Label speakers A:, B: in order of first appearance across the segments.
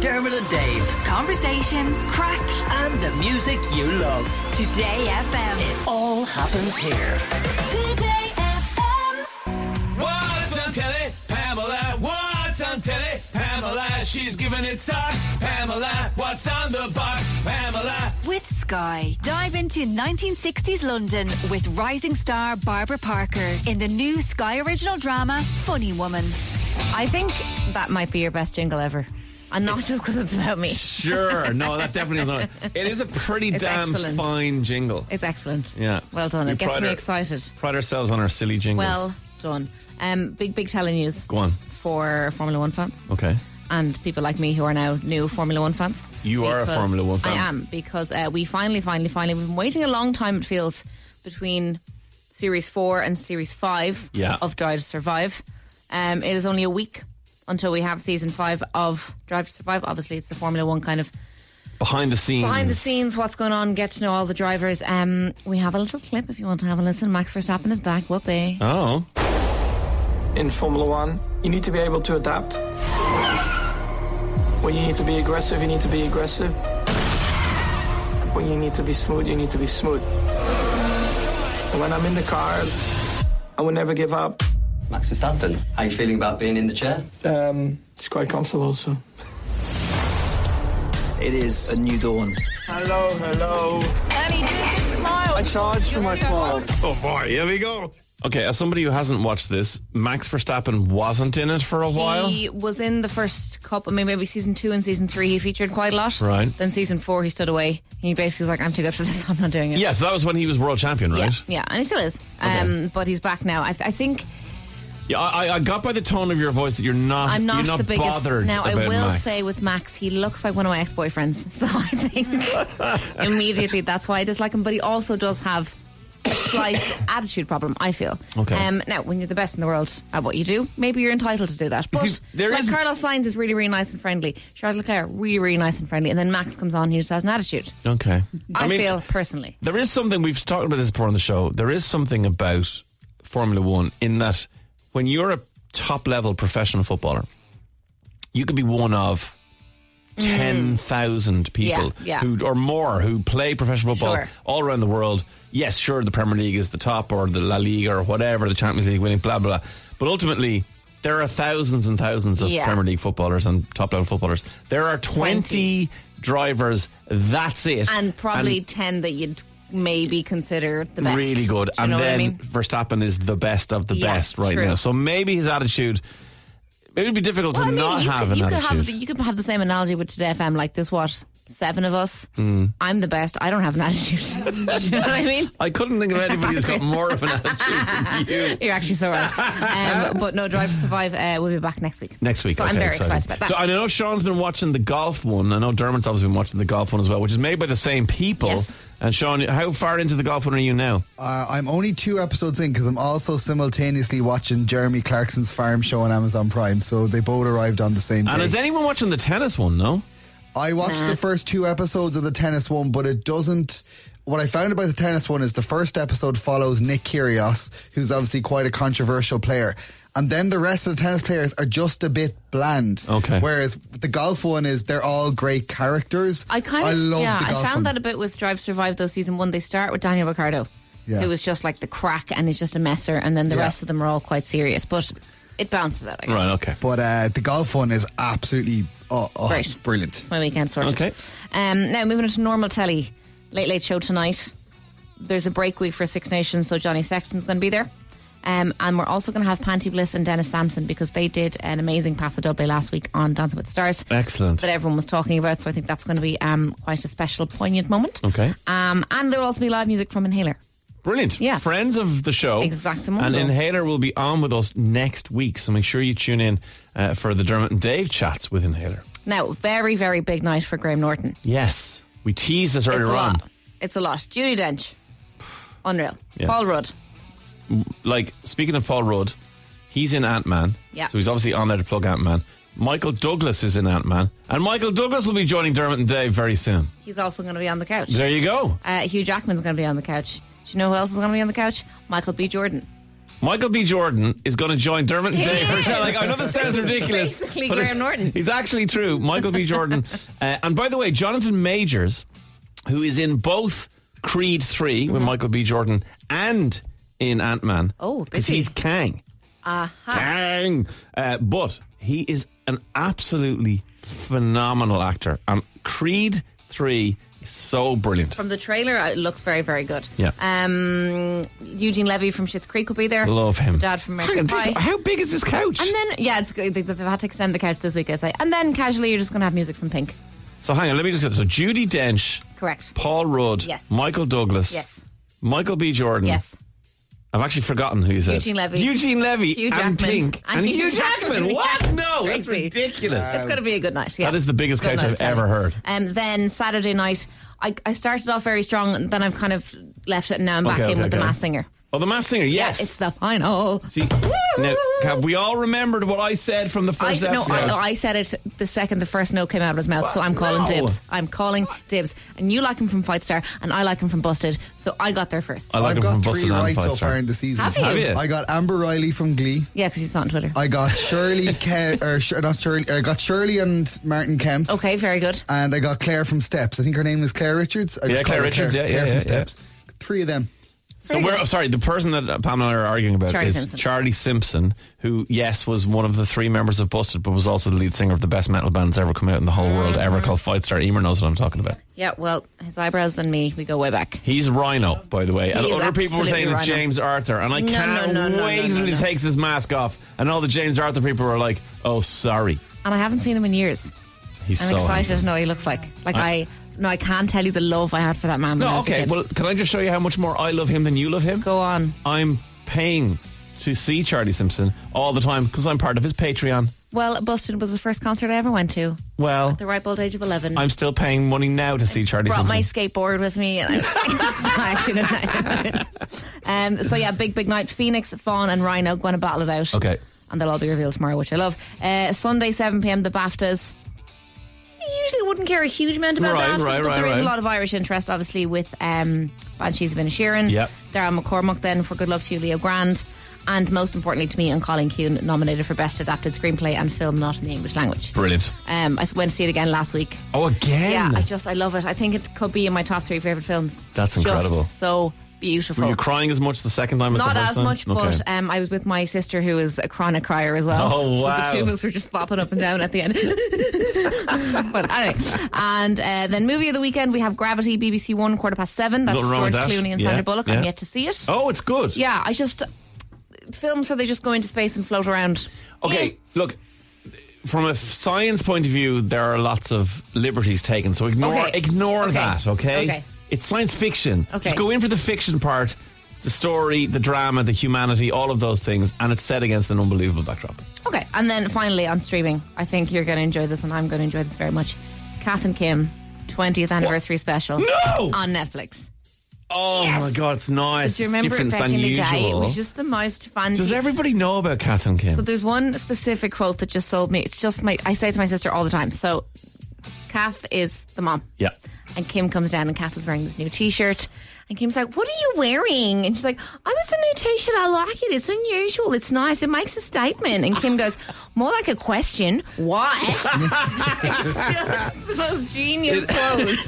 A: Dermot and Dave,
B: Conversation, crack,
A: and the music you love.
B: Today FM.
A: It all happens here.
B: Today FM.
C: What's on telly? Pamela. What's on telly? Pamela. She's giving it socks. Pamela. What's on the box? Pamela.
B: With Sky, dive into 1960s London with rising star Barbara Parker in the new Sky original drama Funny Woman.
D: I think that might be your best jingle ever. And not just because it's about me.
C: Sure. No, that definitely is not. It is a pretty
D: It's
C: damn
D: excellent.
C: fine jingle.
D: It's excellent.
C: Yeah.
D: Well done.
C: We
D: It gets
C: pride
D: me
C: our-
D: excited.
C: Pride ourselves on our silly jingles.
D: Well done. Um, big, big tele news
C: Go on.
D: for Formula One fans
C: Okay.
D: and people like me who are now new Formula One fans.
C: You are a
D: Because
C: Formula One fan.
D: I am because uh, we finally, finally, finally, we've been waiting a long time, it feels, between Series 4 and Series 5
C: Yeah.
D: of Drive to Survive. Um, it is only a week until we have Season 5 of Drive to Survive. Obviously, it's the Formula One kind of
C: Behind the scenes.
D: behind the scenes, what's going on, get to know all the drivers. Um, we have a little clip if you want to have a listen. Max Verstappen is back. Whoopee.
C: Oh.
E: in Formula One, you need to be able to adapt. When you need to be aggressive, you need to be aggressive. When you need to be smooth, you need to be smooth. And when I'm in the car, I will never give up.
F: Max Verstappen, how you feeling about being in the chair?
E: Um, it's quite comfortable, so.
F: It is a new dawn.
E: Hello, hello. I charge for my smile.
G: Oh boy, here we go.
C: Okay, as somebody who hasn't watched this, Max Verstappen wasn't in it for a while.
D: He was in the first couple, I mean, maybe season two and season three, he featured quite a lot.
C: Right.
D: Then season four, he stood away. He basically was like, I'm too good for this. I'm not doing it.
C: Yeah, so that was when he was world champion,
D: Yeah,
C: right?
D: yeah, and he still is. Um, but he's back now. I, th- I think
C: Yeah, I, I- I got by the tone of your voice that you're not.
D: I'm not,
C: you're not
D: the biggest.
C: bothered
D: now, I
C: about
D: will
C: Max.
D: say with Max, he looks like one of my ex boyfriends. So I think immediately that's why I dislike him. But he also does have a slight attitude problem, I feel.
C: Okay.
D: Um, now, when you're the best in the world at what you do, maybe you're entitled to do that. But
C: see, there
D: like
C: is-
D: Carlos Sainz is really, really nice and friendly. Charles Leclerc, really, really nice and friendly. And then Max comes on and he just has an attitude.
C: Okay.
D: I,
C: mean,
D: feel personally.
C: There is something we've talked about this before on the show. There is something about Formula One in that when you're a top level professional footballer, you could be one of ten thousand people
D: Mm. Yeah, yeah.
C: who or more who play professional football
D: Sure.
C: all around the world. Yes, sure, the Premier League is the top, or the La Liga, or whatever, the Champions League winning, blah blah. blah. But ultimately. There are thousands and thousands of
D: Yeah.
C: Premier League footballers and top level footballers. There are 20,
D: 20.
C: drivers. That's it.
D: And probably 10 that you'd maybe consider the best.
C: Really good.
D: Do you
C: and
D: know
C: then
D: what I mean?
C: Verstappen is the best of the
D: Yeah,
C: best right
D: true.
C: now. So maybe his attitude, it would be difficult to not
D: you
C: have
D: could,
C: an
D: you could
C: attitude.
D: have the, you could have the same analogy with today FM. Like there's what seven of us.
C: Hmm.
D: I'm the best. I don't have an attitude. Do you know what I mean?
C: I couldn't think of anybody who's got more of an attitude than you.
D: You're actually so right. Um, but no, Drive to Survive. Uh, we'll be back next week.
C: Next week,
D: So I'm
C: okay,
D: very excited about that.
C: So I know Sean's been watching the golf one. I know Dermot's obviously been watching the golf one as well, which is made by the same people.
D: Yes.
C: And Sean, how far into the golf one are you now?
H: Uh, I'm only two episodes in because I'm also simultaneously watching Jeremy Clarkson's farm show on Amazon Prime. So they both arrived on the same day.
C: And is anyone watching the tennis one? No.
H: I watched
D: Nah.
H: the first two episodes of the tennis one, but it doesn't. What I found about the tennis one is the first episode follows Nick Kyrgios, who's obviously quite a controversial player. And then the rest of the tennis players are just a bit bland.
C: Okay.
H: Whereas the golf one is they're all great characters.
D: I kind of
H: I love
D: yeah.
H: the golf
D: I found
H: one.
D: that a bit with Drive to Survive though. Season one, they start with Daniel Ricciardo,
H: Yeah.
D: who was just like the crack and he's just a messer, and then the
H: Yeah.
D: rest of them are all quite serious. But it balances out. I guess.
C: Right. Okay.
H: but uh, the golf one is absolutely oh, oh,
D: Great.
H: it's brilliant.
D: my weekend sorted.
C: Okay.
D: Um, now moving on to normal telly, late late show tonight. There's a break week for Six Nations, so Johnny Sexton's going to be there. Um, and we're also going to have Panty Bliss and Dennis Sampson because they did an amazing paso doble last week on Dancing with the Stars.
C: Excellent.
D: That everyone was talking about, so I think that's going to be um, quite a special, poignant moment.
C: Okay.
D: Um, and there will also be live music from Inhaler.
C: Brilliant.
D: Yeah.
C: Friends of the show.
D: Exactamundo.
C: And Inhaler will be on with us next week. So make sure you tune in uh, for the Dermot and Dave chats with Inhaler.
D: Now, very, very big night for Graham Norton.
C: Yes. We teased it
D: It's
C: earlier
D: a
C: on.
D: lot. It's a lot. Judy Dench. Unreal.
C: Yeah.
D: Paul Rudd.
C: Like, speaking of Paul Rudd, he's in Ant Man.
D: Yeah.
C: So he's obviously on there to plug Ant Man. Michael Douglas is in Ant Man. And Michael Douglas will be joining Dermot and Dave very soon.
D: He's also going to be on the couch.
C: There you go.
D: Uh, Hugh Jackman's going to be on the couch. Do you know who else is going to be on the couch? Michael B. Jordan.
C: Michael B. Jordan is going to join Dermot and Dave for
D: is.
C: telling. I know this sounds
D: This is
C: ridiculous.
D: basically
C: but it's-
D: Graham Norton.
C: It's actually true. Michael B. Jordan. Uh, and by the way, Jonathan Majors, who is in both Creed 3 with Michael B. Jordan and in Ant Man.
D: Mm-hmm. Oh,
C: because
D: is he?
C: he's Kang. Kang. Uh, but he is an absolutely phenomenal actor. And Creed 3 is so brilliant.
D: From the trailer, uh, it looks very, very good.
C: Yeah.
D: Um, Eugene Levy from Schitt's Creek will be there.
C: Love him.
D: The dad from
C: Hang on,
D: American
C: this-
D: Pie.
C: how big is this couch?
D: And then, yeah, it's good. They- They've had to extend the couch this week, I say. And then casually, you're just going to have music from Pink.
C: so hang on, let me just get so Judy Dench,
D: Correct.
C: Paul Rudd,
D: Yes.
C: Michael Douglas,
D: Yes.
C: Michael B. Jordan.
D: Yes.
C: I've actually forgotten who he said.
D: Eugene Levy.
C: Eugene Levy
D: Hugh
C: and
D: Jackman.
C: Pink
D: And
C: and
D: Hugh
C: Hugh Jackman.
D: Jackman.
C: What? No, that's
D: Crazy.
C: ridiculous.
D: It's going to be a good night. Yeah.
C: That is the biggest
D: Good
C: couch
D: night,
C: I've
D: Jenny.
C: ever heard.
D: Um, then Saturday night, I, I started off very strong, and then I've kind of left it, and now I'm back
C: Okay,
D: in
C: okay,
D: with the
C: okay.
D: Mass Singer.
C: oh, the Mass Singer. Yes.
D: Yeah, it's the final.
C: See, now, have we all remembered what I said from the
D: I,
C: first
D: no,
C: episode?
D: I, I said it the second the first note came out of his mouth, so I'm calling
C: No.
D: dibs. I'm calling dibs. And you like him from Fight Star, and I like him from Busted, so I got there first.
C: I like
H: I've
C: him
H: got
C: from
H: three
C: Busted and
H: right so
C: Fight Star.
H: far in the season.
D: Have you? Have
C: you?
H: I got Amber Riley from Glee.
D: yeah, because you saw it on Twitter.
H: I got Shirley Ke- or Sh- not Shirley. I got Shirley and Martin Kemp.
D: okay, very good.
H: And I got Claire from Steps. I think her name is Claire Richards. I
C: Yeah,
H: just call
C: Claire
H: her
C: Richards, yeah,
H: Claire
C: yeah,
H: from
C: yeah,
H: Steps. Three of them.
C: So we're oh, sorry. The person that uh, Pamela and I are arguing about
D: Charlie
C: is
D: Simpson.
C: Charlie Simpson, who yes was one of the three members of Busted, but was also the lead singer of the best metal band that's ever come out in the whole world
D: Mm-hmm.
C: ever called Fightstar. Emer knows what I'm talking about.
D: Yeah, well, his eyebrows and me, we go way back.
C: He's Rhino, by the way, and
D: is
C: other people were
D: absolutely
C: saying it's
D: Rhino.
C: James Arthur, and I
D: No,
C: can't
D: no, no, no,
C: wait
D: no,
C: until
D: no,
C: he
D: no.
C: takes his mask off, and all the James Arthur people are like, "Oh, sorry."
D: And I haven't seen him in years.
C: He's
D: I'm
C: so
D: excited
C: handsome.
D: to know what he looks like. Like
C: I-
D: I, no, I can't tell you the love I had for that man. when I
C: No,
D: was a
C: okay.
D: kid.
C: Well, can I just show you how much more I love him than you love him?
D: go on.
C: I'm paying to see Charlie Simpson all the time because I'm part of his Patreon.
D: Well, Busted was the first concert I ever went to.
C: Well,
D: The ripe old age of 11
C: I'm still paying money now to see Charlie
D: brought
C: Simpson.
D: my skateboard with me, and I, I actually didn't. I didn't. um, so yeah, big big night. Phoenix, Fawn, and Rhino going to battle it out.
C: Okay.
D: and they'll all be revealed tomorrow, which I love. Uh, Sunday, seven pm, the Baftas. I usually wouldn't care a huge amount about
C: Right,
D: the Baftas,
C: right,
D: but
C: right,
D: there is
C: right.
D: a lot of Irish interest, obviously, with um, Banshees of Inisherin,
C: Yep.
D: Daryl McCormack, then for Good Love to You, Leo Grand. And most importantly to me, and Colin Kuhn, nominated for Best Adapted Screenplay and Film Not in the English Language.
C: Brilliant.
D: Um, I went to see it again last week.
C: Oh, again?
D: Yeah, I just I love it. I think it could be in my top three favorite films.
C: That's
D: Just
C: incredible.
D: so beautiful.
C: Were you crying as much the second time as
D: Not
C: the first
D: as
C: time?
D: much,
C: Okay.
D: but um, I was with my sister who is a chronic crier as well.
C: Oh, wow.
D: So the two of us were just bopping up and down at the end. but anyway, and uh, then movie of the weekend we have Gravity, BBC One, quarter past seven. That's
C: Nothing wrong
D: George
C: with that.
D: Clooney and
C: Yeah,
D: Sandra Bullock.
C: yeah.
D: I'm yet to see it.
C: Oh, it's good.
D: Yeah, I just films where they just go into space and float around.
C: Okay,
D: Eh.
C: look. From a f- science point of view, there are lots of liberties taken, so ignore
D: Okay.
C: ignore
D: Okay.
C: that. Okay?
D: Okay.
C: it's science fiction.
D: Okay.
C: Just go in for the fiction part, the story, the drama, the humanity, all of those things, and it's set against an unbelievable backdrop.
D: Okay, and then finally on streaming, I think you're going to enjoy this, and I'm going to enjoy this very much. Kath and Kim, 20th anniversary special
C: No!
D: on Netflix.
C: Oh
D: Yes!
C: my god, it's nice.
D: Do you remember
C: it's
D: it
C: different,
D: back
C: it's
D: in the
C: unusual.
D: day? It was just the most fun.
C: Does everybody know about Catherine Kim?
D: so there's one specific quote that just sold me. It's just my I say it to my sister all the time. So Kath is the mom.
C: yeah.
D: And Kim comes down, and Kath is wearing this new T-shirt. And Kim's like, "What are you wearing?" And she's like, "Oh, it's a new T-shirt. I like it. It's unusual. It's nice. It makes a statement." And Kim goes, "More like a question. Why?" it's just the most genius quote.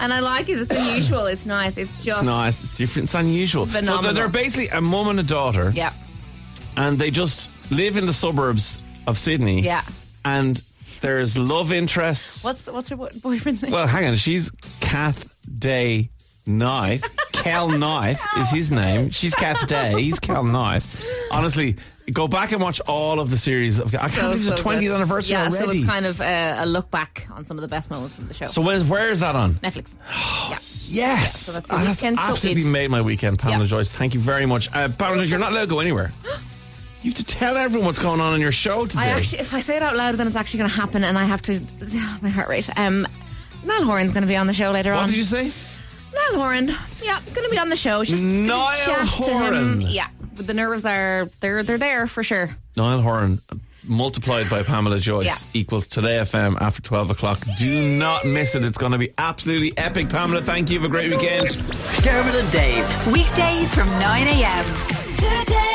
D: and I like it. It's unusual. It's nice. It's just
C: It's nice. It's different. It's unusual. So they're-
D: Phenomenal.
C: they're basically a mum and a daughter,
D: Yeah.
C: and they just live in the suburbs of Sydney.
D: Yeah.
C: And there's love interests.
D: What's the, what's her what, boyfriend's name?
C: well, hang on. She's Kath Day Knight. Cal Knight is his name. She's Kath Day. He's Cal Knight. Honestly, go back and watch all of the series of. I can't
D: So,
C: believe it's
D: so
C: the
D: good.
C: 20th anniversary
D: Yeah,
C: already.
D: so it's kind of uh, a look back on some of the best moments from the show.
C: So where's where is that on?
D: Netflix. yeah.
C: Yes,
D: so that's your
C: Ah,
D: weekend
C: absolutely
D: sorted.
C: made my weekend, Pamela
D: Yeah.
C: Joyce. Thank you very much, uh, Pamela. Joyce, You're not allowed to go anywhere. You have to tell everyone what's going on in your show today.
D: I actually, if I say it out loud, then it's actually going to happen, and I have to my heart rate. Um, Niall Horan's going to be on the show later
C: what
D: on.
C: did you say?
D: Niall Horan, yeah, going to be on the show. Just gonna
C: Niall
D: chat
C: Horan.
D: to him. yeah. But the nerves are they're they're there for sure.
C: Niall Horan uh, multiplied by Pamela Joyce
D: Yeah.
C: equals Today FM after twelve o'clock. Do not miss it. It's going to be absolutely epic, Pamela. Thank you. Have a great weekend.
A: Dermot and Dave.
B: Weekdays from 9 a.m. today.